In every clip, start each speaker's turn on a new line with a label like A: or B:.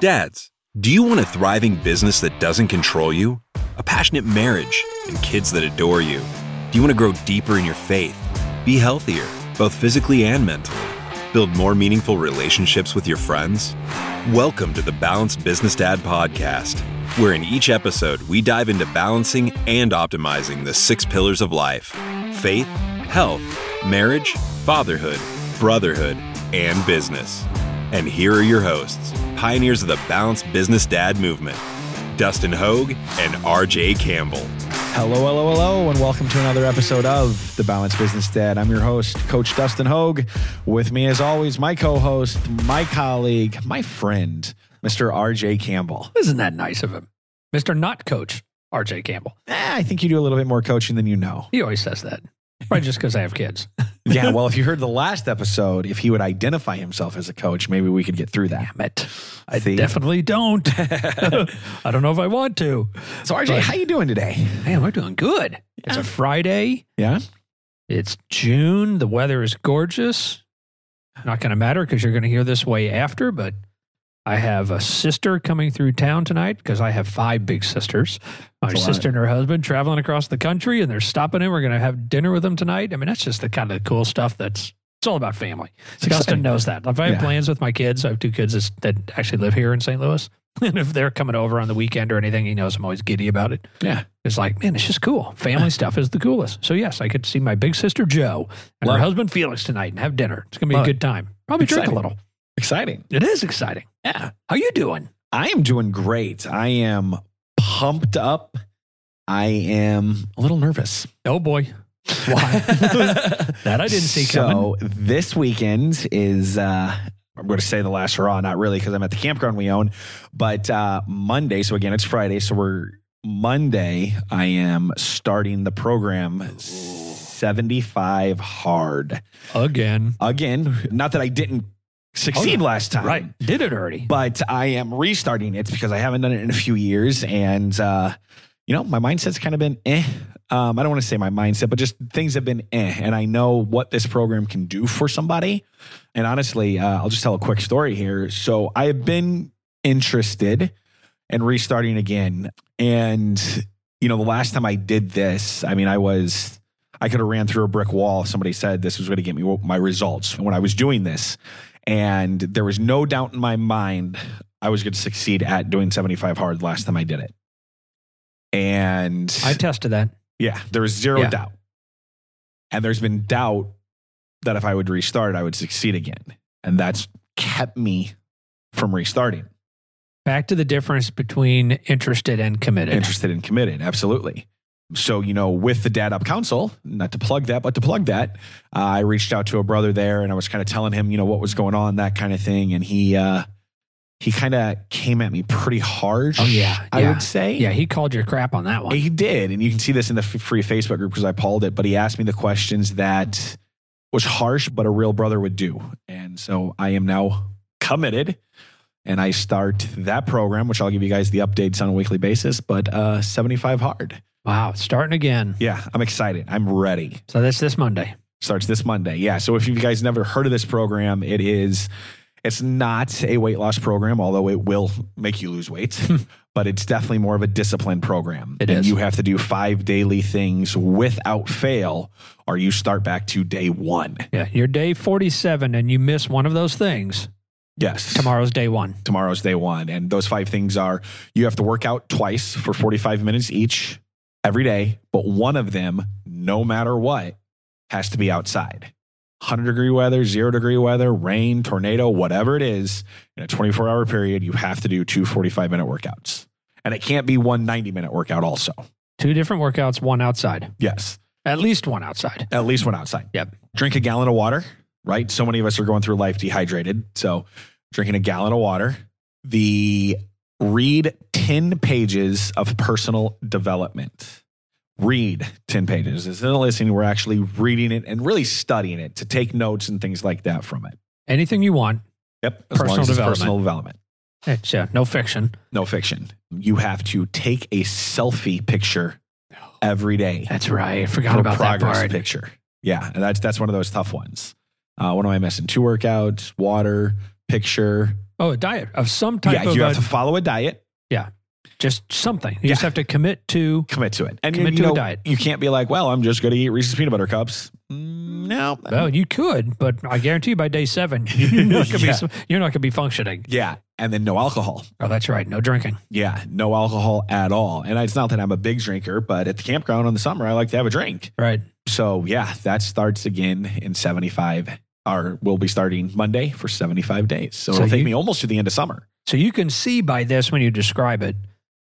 A: Dads, do you want a thriving business that doesn't control you? A passionate marriage and kids that adore you? Do you want to grow deeper in your faith? Be healthier, both physically and mentally? Build more meaningful relationships with your friends? Welcome to the Balanced Business Dad Podcast, where in each episode we dive into balancing and optimizing the six pillars of life faith, health, marriage, fatherhood, brotherhood, and business. And here are your hosts, pioneers of the Balanced Business Dad movement, Dustin Hoag and RJ Campbell.
B: Hello, hello, hello, and welcome to another episode of The Balanced Business Dad. I'm your host, Coach Dustin Hoag. With me, as always, my co host, my colleague, my friend, Mr. RJ Campbell.
C: Isn't that nice of him? Mr. Not Coach, RJ Campbell.
B: Eh, I think you do a little bit more coaching than you know.
C: He always says that. Probably just because I have kids.
B: Yeah, well, if you heard the last episode, if he would identify himself as a coach, maybe we could get through that.
C: Damn it. I
B: See?
C: definitely don't. I don't know if I want to.
B: So, RJ, how you doing today?
C: Man, we're doing good. It's
B: Yeah.
C: a Friday.
B: Yeah?
C: It's June. The weather is gorgeous. Not going to matter because you're going to hear this way after, but I have a sister coming through town tonight because I have five big sisters. My
B: That's a lot.
C: sister and her husband traveling across the country and they're stopping in. We're going to have dinner with them tonight. I mean, that's just the kind of cool stuff that's it's all about family.
B: It's
C: Dustin
B: exciting.
C: knows that. If I have
B: Yeah.
C: plans with my kids, I have two kids that's- that actually live here in St. Louis. And if they're coming over on the weekend or anything, he knows I'm always giddy about it.
B: Yeah.
C: It's like, man, it's just cool. Family stuff is the coolest. So yes, I could see my big sister Joe and
B: Love it.
C: her husband Felix tonight and have dinner. It's gonna be
B: Love
C: a good time. Probably drink
B: Exciting.
C: a little.
B: Exciting.
C: It is exciting. Yeah. How you doing?
B: I am doing great. I am pumped up. I am a little nervous.
C: Oh boy. That I didn't see coming.
B: So this weekend is uh I'm going to say the last hurrah, not really, because I'm at the campground we own. But uh, Monday, so again, it's Friday. So we're Monday, I am starting the program 75 hard.
C: Again.
B: Again, not that I didn't succeed
C: Oh,
B: last time.
C: Right. Did it already.
B: But I am restarting it because I haven't done it in a few years. And, uh, you know, my mindset's kind of been eh. Um, I don't want to say my mindset, but just things have been eh. And I know what this program can do for somebody. And honestly, uh, I'll just tell a quick story here. So I have been interested in restarting again. And, you know, the last time I did this, I mean, I was. I could have ran through a brick wall if somebody said this was going to get me my results when I was doing this and there was no doubt in my mind I was going to succeed at doing 75 hard last time I did it. And
C: I tested that.
B: yeah, there was zero
C: Yeah.
B: doubt. And there's been doubt that if I would restart, I would succeed again. And that's kept me from restarting.
C: Back to the difference between interested and committed.
B: Interested and committed. Absolutely. So, you know, with the Dad Up Council, not to plug that, but to plug that, uh, I reached out to a brother there and I was kind of telling him, you know, what was going on, that kind of thing. And he, uh, he kind of came at me pretty harsh.
C: Oh, yeah.
B: I
C: Yeah.
B: would say.
C: Yeah, he called your crap on that one.
B: He did, and you can see this in the f- free Facebook group because I polled it. But he asked me the questions that was harsh, but a real brother would do, and so I am now committed, and I start that program, which I'll give you guys the updates on a weekly basis. But uh, seventy-five hard,
C: Wow, starting again.
B: yeah, I'm excited. I'm ready.
C: So that's this Monday.
B: Starts this Monday, yeah. So if you guys never heard of this program, it is. It's not a weight loss program, although it will make you lose weight, but it's definitely more of a discipline program.
C: It
B: and
C: is.
B: You have to do five daily things without fail, or you start back to day one.
C: Yeah, you're day 47 and you miss one of those things.
B: Yes.
C: Tomorrow's day one.
B: Tomorrow's day one. And those five things are you have to work out twice for 45 minutes each every day, but one of them, no matter what, has to be outside. 100 degree weather, zero degree weather, rain, tornado, whatever it is, in a 24 hour period, you have to do two 45 minute workouts. And it can't be one 90 minute workout, also.
C: Two different workouts, one outside.
B: Yes,
C: At least one outside.
B: at least one outside.
C: Yep.
B: Drink a gallon of water, right? So many of us are going through life dehydrated. So drinking a gallon of water, the read 10 pages of personal development. Read 10 pages. Instead of listening, we're actually reading it and really studying it to take notes and things like that from it.
C: Anything you want.
B: Yep. As long
C: Personal
B: as it's
C: development.
B: Personal development.
C: It's uh, no fiction.
B: No fiction. You have to take a selfie picture every day.
C: That's right. I forgot about that
B: progress
C: part.
B: picture. Yeah, and that's that's one of those tough ones. Uh, what am I missing? Two workouts, water, picture,
C: Oh, a diet of some type
B: yeah,
C: of
B: you
C: a-
B: have to follow a diet,
C: just something. You
B: Yeah.
C: just have to commit to.
B: commit to it, and
C: Commit
B: you
C: to a
B: know,
C: diet.
B: You can't be like, well, I'm just going to eat Reese's peanut butter cups. Mm, No,
C: Well, you could, but I guarantee you by day seven, you're not going
B: Yeah.
C: to be you're not going to be functioning.
B: yeah, and then no alcohol.
C: Oh, that's right. No drinking.
B: Yeah, no alcohol at all. And it's not that I'm a big drinker, but at the campground in the summer, I like to have a drink.
C: Right.
B: So yeah, that starts again in 75. Or we'll be starting Monday for 75 days. So,
C: So
B: it'll take
C: you-
B: me almost to the end of summer.
C: So you can see by this when you describe it.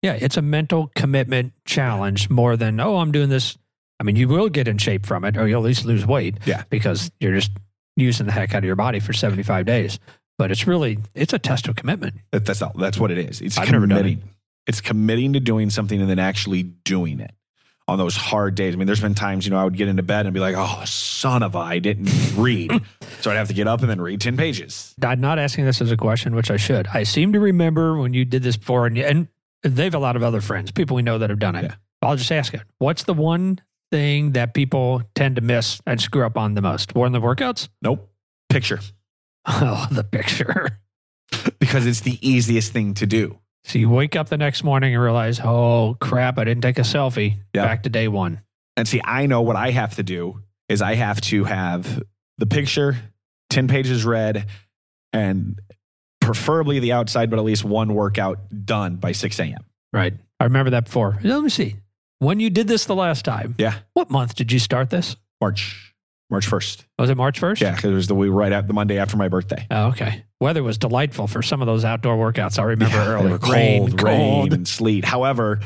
C: Yeah, it's a mental commitment challenge more than, oh, I'm doing this. I mean, you will get in shape from it, or you'll at least lose weight.
B: Yeah.
C: Because you're just using the heck out of your body for 75 days. But it's really, it's a test of commitment.
B: That, that's all. That's what it is. It's
C: I've never
B: committing.
C: done
B: It's committing to doing something and then actually doing it on those hard days. I mean, there's been times you know I would get into bed and be like, "Oh, son of a, I didn't read," so I'd have to get up and then read ten pages.
C: I'm not asking this as a question, which I should. I seem to remember when you did this before, and, and they have a lot of other friends, people we know that have done it.
B: Yeah.
C: I'll just ask it. What's the one thing that people tend to miss and screw up on the most? One of the workouts?
B: Nope. Picture
C: Oh, the picture.
B: because it's the easiest thing to do.
C: So you wake up the next morning and realize, oh crap, I didn't take a selfie.
B: Yeah.
C: Back to day one.
B: And see, I know what I have to do is I have to have the picture, ten pages read, and preferably the outside, but at least one workout done by six a.m.
C: Right. I remember that before. Let me see. When you did this the last time,
B: Yeah,
C: what month did you start this?
B: March, March first.
C: Was it March 1st?
B: Yeah, because it was the week right after the Monday after my birthday.
C: Oh, okay. Weather was delightful for some of those outdoor workouts. I remember
B: Yeah,
C: early.
B: they were cold, rain, and sleet. However,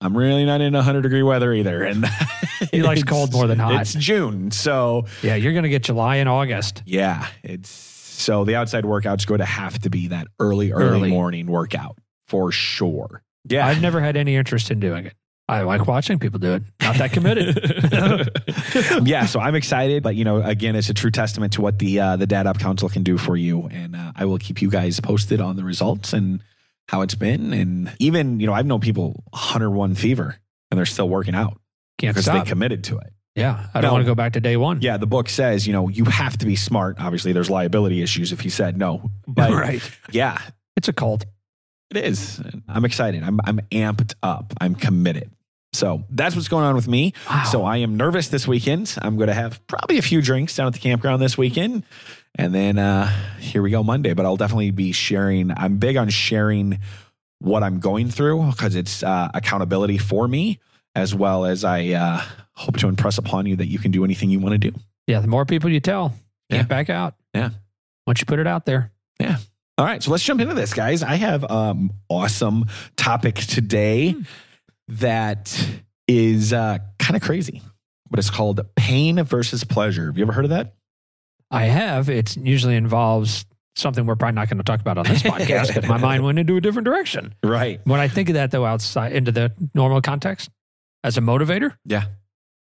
B: I'm really not in 100 degree weather either, and
C: He likes
B: it's-
C: cold more than hot.
B: It's June, so
C: Yeah, you're going to get July and August.
B: yeah, it's so the outside workout's going to have to be that early, early,
C: Early.
B: morning workout for sure. Yeah,
C: I've never had any interest in doing it. I like watching people do it. Not that committed.
B: yeah, so I'm excited, but you know, again, it's a true testament to what the uh, the Dad Up Council can do for you, and uh, I will keep you guys posted on the results and how it's been, and even you know, I've known people 101 fever and they're still working out
C: Can't
B: because they
C: stop.
B: committed to it.
C: yeah. I don't
B: No.
C: want to go back to day one.
B: Yeah, the book says you know you have to be smart. Obviously, there's liability issues if you said no, but
C: right.
B: yeah,
C: It's a cult.
B: it is. I'm excited. I'm I'm amped up. I'm committed. So that's what's going on with me.
C: Wow.
B: So I am nervous this weekend. I'm going to have probably a few drinks down at the campground this weekend. And then uh, here we go Monday, but I'll definitely be sharing. I'm big on sharing what I'm going through because it's uh, accountability for me, as well as I uh, hope to impress upon you that you can do anything you want to do.
C: Yeah, the more people you tell,
B: Yeah.
C: can't back out.
B: Yeah.
C: Once you put it out there.
B: All right, so let's jump into this, guys. I have um awesome topic today that is uh, kind of crazy, but it's called pain versus pleasure. Have you ever heard of that?
C: I have. It usually involves something we're probably not going to talk about on this podcast because my mind went into a different direction.
B: Right.
C: When I think of that, though, outside into the normal context as a motivator,
B: Yeah.
C: is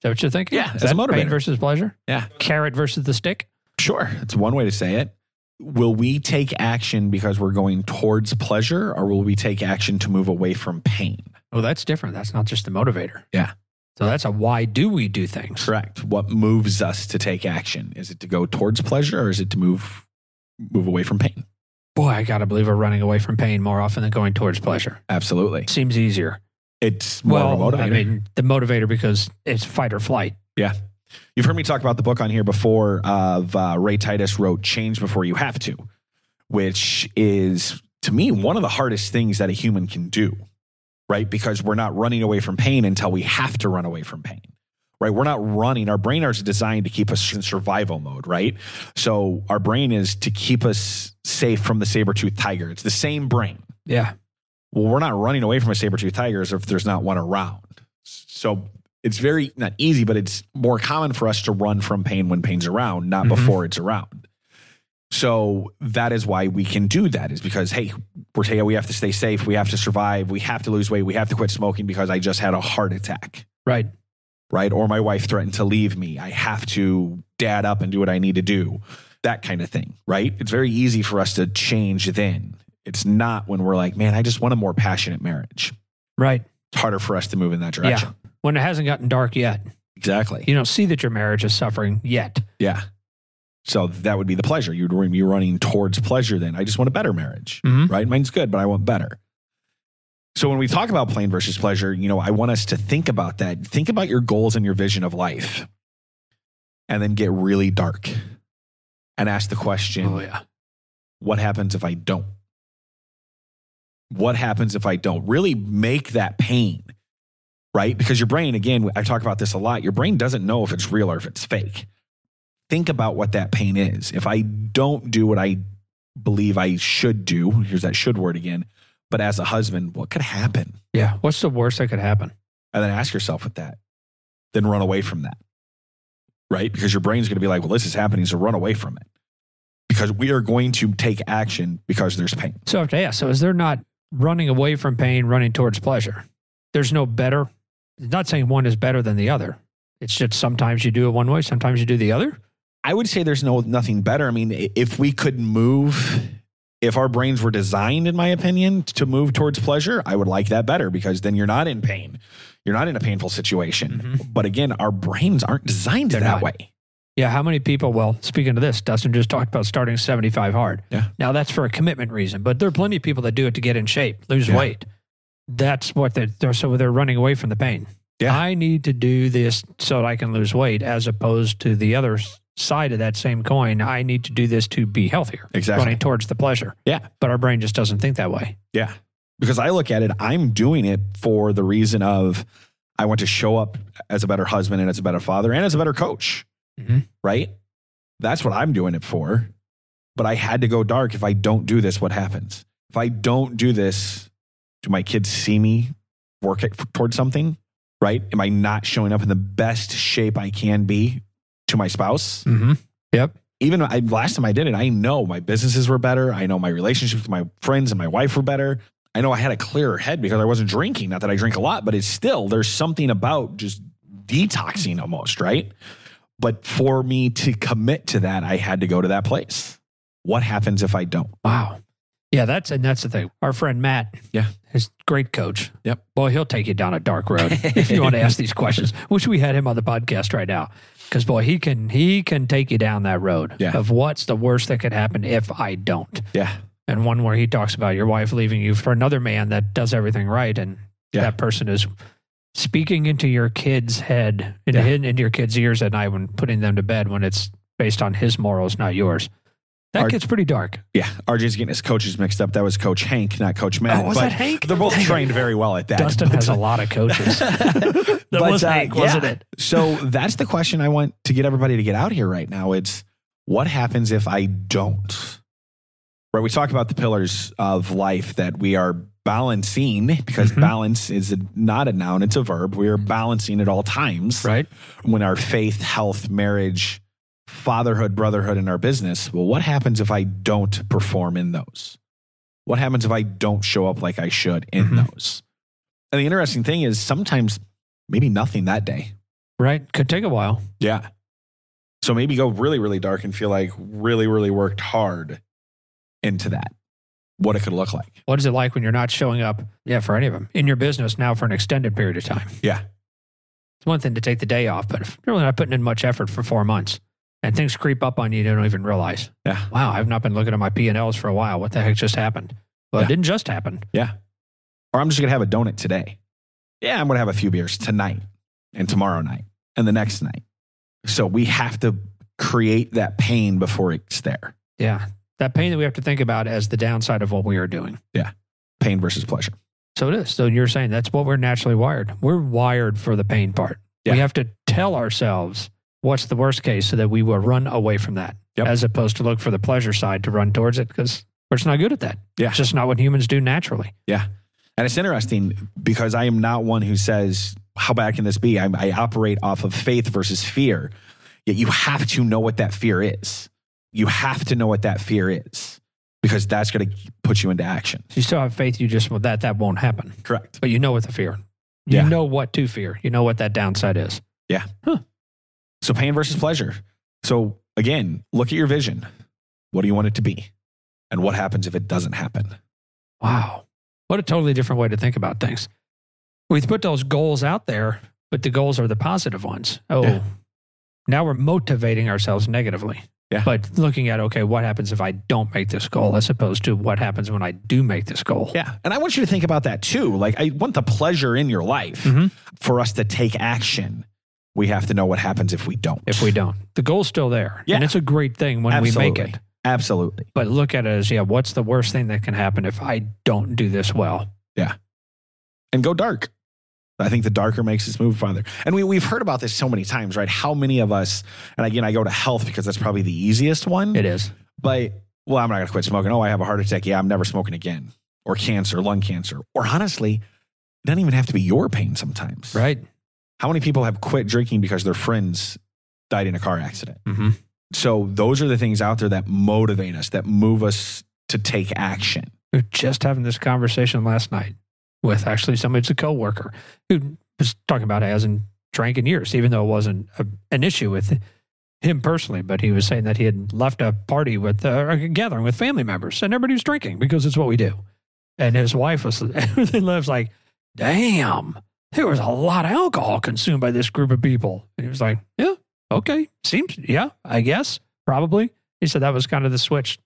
C: that what you're thinking?
B: Yeah,
C: Is
B: as a
C: that
B: motivator.
C: Pain versus pleasure?
B: Yeah.
C: Carrot versus the stick?
B: Sure. That's one way to say it. Will we take action because we're going towards pleasure or will we take action to move away from pain?
C: Oh, that's different. That's not just the motivator.
B: Yeah.
C: So that's a why do we do things?
B: Correct. What moves us to take action? Is it to go towards pleasure or is it to move move away from pain?
C: Boy, I got to believe we're running away from pain more often than going towards pleasure.
B: Absolutely.
C: It seems easier.
B: It's more of a motivator.
C: I mean, the motivator because it's fight or flight.
B: You've heard me talk about the book on here before of uh, Ray Titus wrote Change Before You Have to, which is to me one of the hardest things that a human can do, right? Because we're not running away from pain until we have to run away from pain, right? We're not running. Our brain is designed to keep us in survival mode, right? So our brain is to keep us safe from the saber toothed tiger. It's the same brain
C: Yeah.
B: well, we're not running away from a saber-toothed tiger as if there's not one around. So it's very not easy, but it's more common for us to run from pain when pain's around, not
C: Mhm.
B: before it's around. So that is why we can do that is because hey, we're saying we have to stay safe, we have to survive, we have to lose weight, we have to quit smoking because I just had a heart attack,
C: Right.
B: right? Or my wife threatened to leave me. I have to dad up and do what I need to do. That kind of thing, right? It's very easy for us to change then. It's not when we're like, man, I just want a more passionate marriage
C: Right.
B: it's harder for us to move in that direction.
C: When it hasn't gotten dark yet,
B: Exactly.
C: you don't see that your marriage is suffering yet.
B: Yeah. So that would be the pleasure. You'd run- be running towards pleasure then. I just want a better marriage,
C: Mhm.
B: right? Mine's good, but I want better. So when we talk about pain versus pleasure, you know, I want us to think about that. Think about your goals and your vision of life and then get really dark and ask the question,
C: Oh yeah.
B: what happens if I don't? What happens if I don't? Really make that pain, right? Because your brain, again, I talk about this a lot, your brain doesn't know if it's real or if it's fake. Think about what that pain is. If I don't do what I believe I should do, here's that should word again, but as a husband, what could happen?
C: Yeah. What's the worst that could happen?
B: And then ask yourself with that, then run away from that, right? Because your brain's going to be like, well, this is happening, so run away from it. Because we are going to take action because there's pain.
C: So I have to ask. So is there not running away from pain, running towards pleasure? There's no better. Not saying one is better than the other. It's just sometimes you do it one way, sometimes you do the other.
B: I would say there's no nothing better. I mean, i- if we could move, if our brains were designed, in my opinion, to move towards pleasure, I would like that better because then you're not in pain. You're not in a painful situation. But again, our brains aren't designed
C: Mm-hmm. They're
B: that
C: not.
B: way.
C: Yeah. How many people? Well, speaking of this, Dustin just talked about starting 75 hard.
B: Yeah.
C: Now that's for a commitment reason, but there are plenty of people that do it to get in shape, lose
B: Yeah.
C: weight. That's what they're, they're so they're running away from the pain.
B: Yeah.
C: I need to do this so that I can lose weight, as opposed to the other s- side of that same coin. I need to do this to be healthier.
B: Exactly.
C: Running towards the pleasure.
B: Yeah.
C: But our brain just doesn't think that way.
B: Yeah. Because I look at it, I'm doing it for the reason of I want to show up as a better husband and as a better father and as a better coach.
C: Mhm.
B: Right? That's what I'm doing it for. But I had to go dark. If I don't do this, what happens? If I don't do this, do my kids see me work at, towards something? Right? Am I not showing up in the best shape I can be to my spouse?
C: Mm-hmm. Yep.
B: even I, last time I did it, I know my businesses were better. I know my relationships with my friends and my wife were better. I know I had a clearer head because I wasn't drinking. Not that I drink a lot, but it's still there's something about just detoxing almost, right? But for me to commit to that, I had to go to that place. What happens if I don't?
C: Wow. Yeah, that's and that's the thing. Our friend Matt,
B: Yeah.
C: his great coach.
B: Yep.
C: Well, he'll take you down a dark road if you want to ask these questions. Wish we had him on the podcast right now, because boy, he can he can take you down that road
B: Yeah.
C: of what's the worst that could happen if I don't.
B: Yeah.
C: And one where he talks about your wife leaving you for another man that does everything right, and
B: Yeah.
C: that person is speaking into your kid's head and
B: Yeah.
C: hidden into your kid's ears at night when putting them to bed when it's based on his morals, not yours. That
B: Our-
C: gets pretty dark.
B: Yeah. RJ's getting his coaches mixed up. That was Coach Hank, not Coach Matt.
C: Oh, was
B: but
C: that Hank?
B: They're both trained very well at that.
C: Dustin
B: But-
C: has a lot of coaches. that
B: But,
C: was
B: uh,
C: Hank, wasn't
B: yeah.
C: it?
B: So that's the question I want to get everybody to get out here right now. It's what happens if I don't? Right. We talk about the pillars of life that we are balancing because
C: Mhm.
B: balance is a, not a noun, it's a verb. We are balancing at all times
C: Right?
B: when our faith, health, marriage, fatherhood, brotherhood, and our business. Well, what happens if I don't perform in those? What happens if I don't show up like I should in
C: Mhm.
B: those? And the interesting thing is sometimes maybe nothing that day.
C: Right. Could take a while.
B: Yeah. So maybe go really, really dark and feel like really, really worked hard into that, what it could look like.
C: What is it like when you're not showing up? Yeah, for any of them in your business now for an extended period of time.
B: Yeah.
C: It's one thing to take the day off, but if you're really not putting in much effort for four months, and things creep up on you, you don't even realize.
B: Yeah.
C: Wow, I've not been looking at my P and Ls for a while. What the heck just happened? Well,
B: Yeah.
C: it didn't just happen.
B: Or I'm just going to have a donut today. Yeah, I'm going to have a few beers tonight and tomorrow night and the next night. So we have to create that pain before it's there
C: Yeah, that pain that we have to think about as the downside of what we are doing.
B: pain versus pleasure.
C: So it is. So you're saying that's what we're naturally wired. We're wired for the pain part.
B: Yeah.
C: We have to tell ourselves what's the worst case so that we will run away from that
B: Yep.
C: as opposed to look for the pleasure side to run towards it because we're just not good at that.
B: Yeah.
C: It's just not what humans do naturally.
B: And it's interesting because I am not one who says, How bad can this be? I, I operate off of faith versus fear. Yet you have to know what that fear is. You have to know what that fear is because that's going to put you into action.
C: So you still have faith, you just, well, that, that won't happen.
B: Correct.
C: But you know what to fear. You
B: Yeah.
C: know what to fear. You know what that downside is.
B: So pain versus pleasure. So again, look at your vision. What do you want it to be? And what happens if it doesn't happen?
C: Wow. What a totally different way to think about things. We put those goals out there, but the goals are the positive ones. Oh,
B: Yeah.
C: now we're motivating ourselves negatively.
B: Yeah.
C: But looking at, okay, what happens if I don't make this goal as opposed to what happens when I do make this goal?
B: Yeah. And I want you to think about that too. Like, I want the pleasure in your life.
C: Mhm.
B: For us to take action, we have to know what happens if we don't.
C: If we don't, the goal's still there.
B: Yeah.
C: And it's a great thing when we
B: Absolutely.
C: make it.
B: Absolutely.
C: But look at it as, yeah, what's the worst thing that can happen if I don't do this well?
B: And go dark. I think the darker makes us move farther. And we, we've heard about this so many times, right? How many of us, and again, I go to health because that's probably the easiest one.
C: It is.
B: but well, I'm not going to quit smoking. Oh, I have a heart attack. Yeah, I'm never smoking again. Or cancer, lung cancer. Or honestly, it doesn't even have to be your pain sometimes.
C: Right.
B: How many people have quit drinking because their friends died in a car accident?
C: Mm-hmm.
B: So those are the things out there that motivate us, that move us to take action.
C: We were just having this conversation last night with actually somebody, it's a coworker who was talking about he hasn't drank in years, even though it wasn't a, an issue with him personally. But he was saying that he had left a party with uh, a gathering with family members and everybody was drinking because it's what we do. And his wife was, everything lives like, damn, there was a lot of alcohol consumed by this group of people. And he was like, yeah, okay, seems, yeah, I guess, probably. He said that was kind of the switch.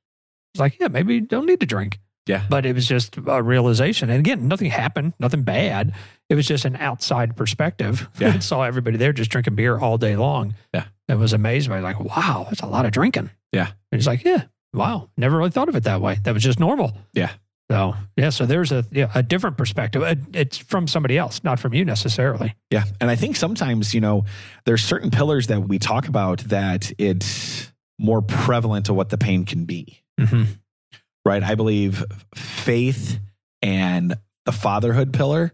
C: He's like, yeah, maybe you don't need to drink but it was just a realization. And again, nothing happened, nothing bad. It was just an outside perspective.
B: Yeah.
C: I saw everybody there just drinking beer all day long.
B: Yeah.
C: And was amazed by like, wow, that's a lot of drinking.
B: Yeah.
C: And it's like, yeah, wow. Never really thought of it that way. That was just normal.
B: Yeah.
C: So yeah, so there's a yeah, a different perspective. It- It's from somebody else, not from you necessarily.
B: Yeah. And I think sometimes, you know, there's certain pillars that we talk about that it's more prevalent to what the pain can be,
C: Mm-hmm.
B: right? I believe faith and the fatherhood pillar,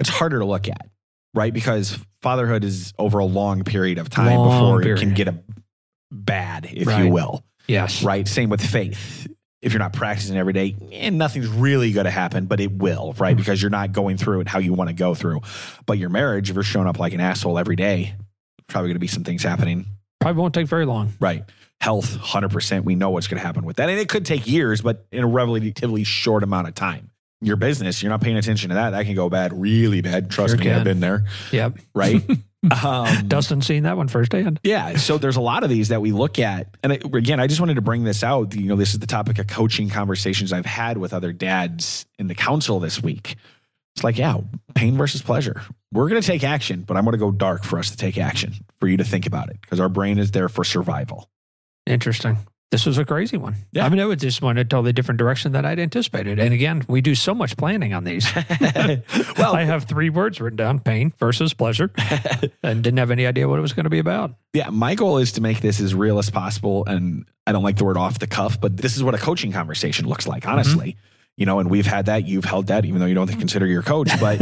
B: it's harder to look at, right? Because fatherhood is over a long period of time
C: Long
B: before it can
C: period.
B: get a bad, if
C: Right.
B: you will.
C: Yes.
B: right? Same with faith. If you're not practicing every day, and nothing's really going to happen, but it will, right?
C: Mhm.
B: Because you're not going through it how you want to go through. But your marriage, if you're showing up like an asshole every day, probably going to be some things happening,
C: Probably won't take very long.
B: right? Health, 100%. We know what's going to happen with that. And it could take years, but in a relatively short amount of time. Your business, you're not paying attention to that. That can go bad, really bad. Trust
C: Sure
B: me, I've
C: can.
B: been there,
C: Yep.
B: right? um,
C: Dustin seen that one firsthand.
B: yeah. So there's a lot of these that we look at. And I, again, I just wanted to bring this out. You know, this is the topic of coaching conversations I've had with other dads in the council this week. It's like, yeah, pain versus pleasure. We're going to take action, but I'm going to go dark for us to take action, for you to think about it, because our brain is there for survival.
C: Interesting. This was a crazy one.
B: Yeah.
C: I mean, it was just one a totally different direction than I'd anticipated. And again, we do so much planning on these.
B: Well-
C: well, I have three words written down pain versus pleasure and didn't have any idea what it was going to be about.
B: Yeah, my goal is to make this as real as possible. And I don't like the word off the cuff, but this is what a coaching conversation looks like, honestly. You know, and we've had that, you've held that, even though you don't consider your coach. But,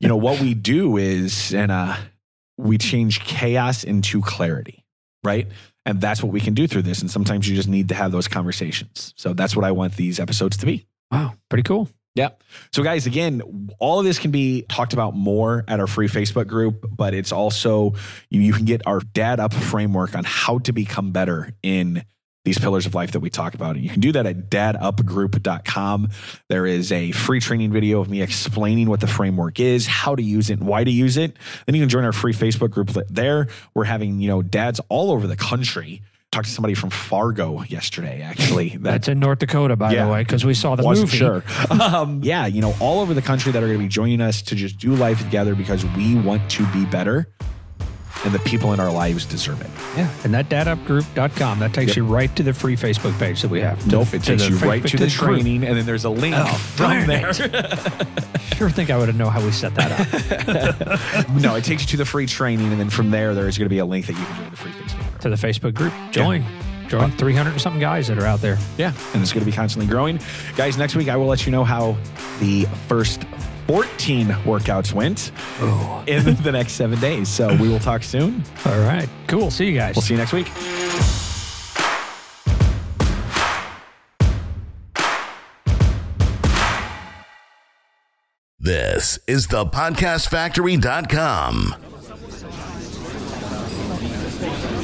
B: you know, what we do is, and uh, we change chaos into clarity, right? And that's what we can do through this. And sometimes you just need to have those conversations. So that's what I want these episodes to be.
C: Wow. Pretty cool.
B: Yeah. So, guys, again, all of this can be talked about more at our free Facebook group, but it's also you, you can get our Dad Up framework on how to become better in these pillars of life that we talk about. And you can do that at dadupgroup.com. There is a free training video of me explaining what the framework is, how to use it, and why to use it. Then you can join our free Facebook group there. We're having, you know, dads all over the country. Talked to somebody from Fargo yesterday, actually. That
C: That's in North Dakota, by
B: Yeah.
C: the way, because we saw Oh, the
B: wasn't
C: movie.
B: sure. Um, yeah, you know, all over the country that are going to be joining us to just do life together because we want to be better, and the people in our lives deserve it.
C: Yeah. And that datupgroup.com, that takes you right to the free Facebook page that we have. To-
B: Nope, it
C: to
B: takes
C: the
B: you right
C: Facebook-
B: to the
C: group. Oh,
B: training, and then there's a link from
C: darn
B: there.
C: Sure think I would have known how we set that up.
B: no, it takes you to the free training, and then from there, there is going to be a link that you can join the free Facebook group.
C: to the Facebook group. Join. Join 300 and something guys that are out there.
B: Yeah, and it's going to be constantly growing. Guys, next week I will let you know how the first 14 workouts went
C: Oh.
B: in the next seven days. So we will talk soon.
C: All right. Cool. See you guys.
B: We'll see you next week.
D: This is the podcastfactory.com.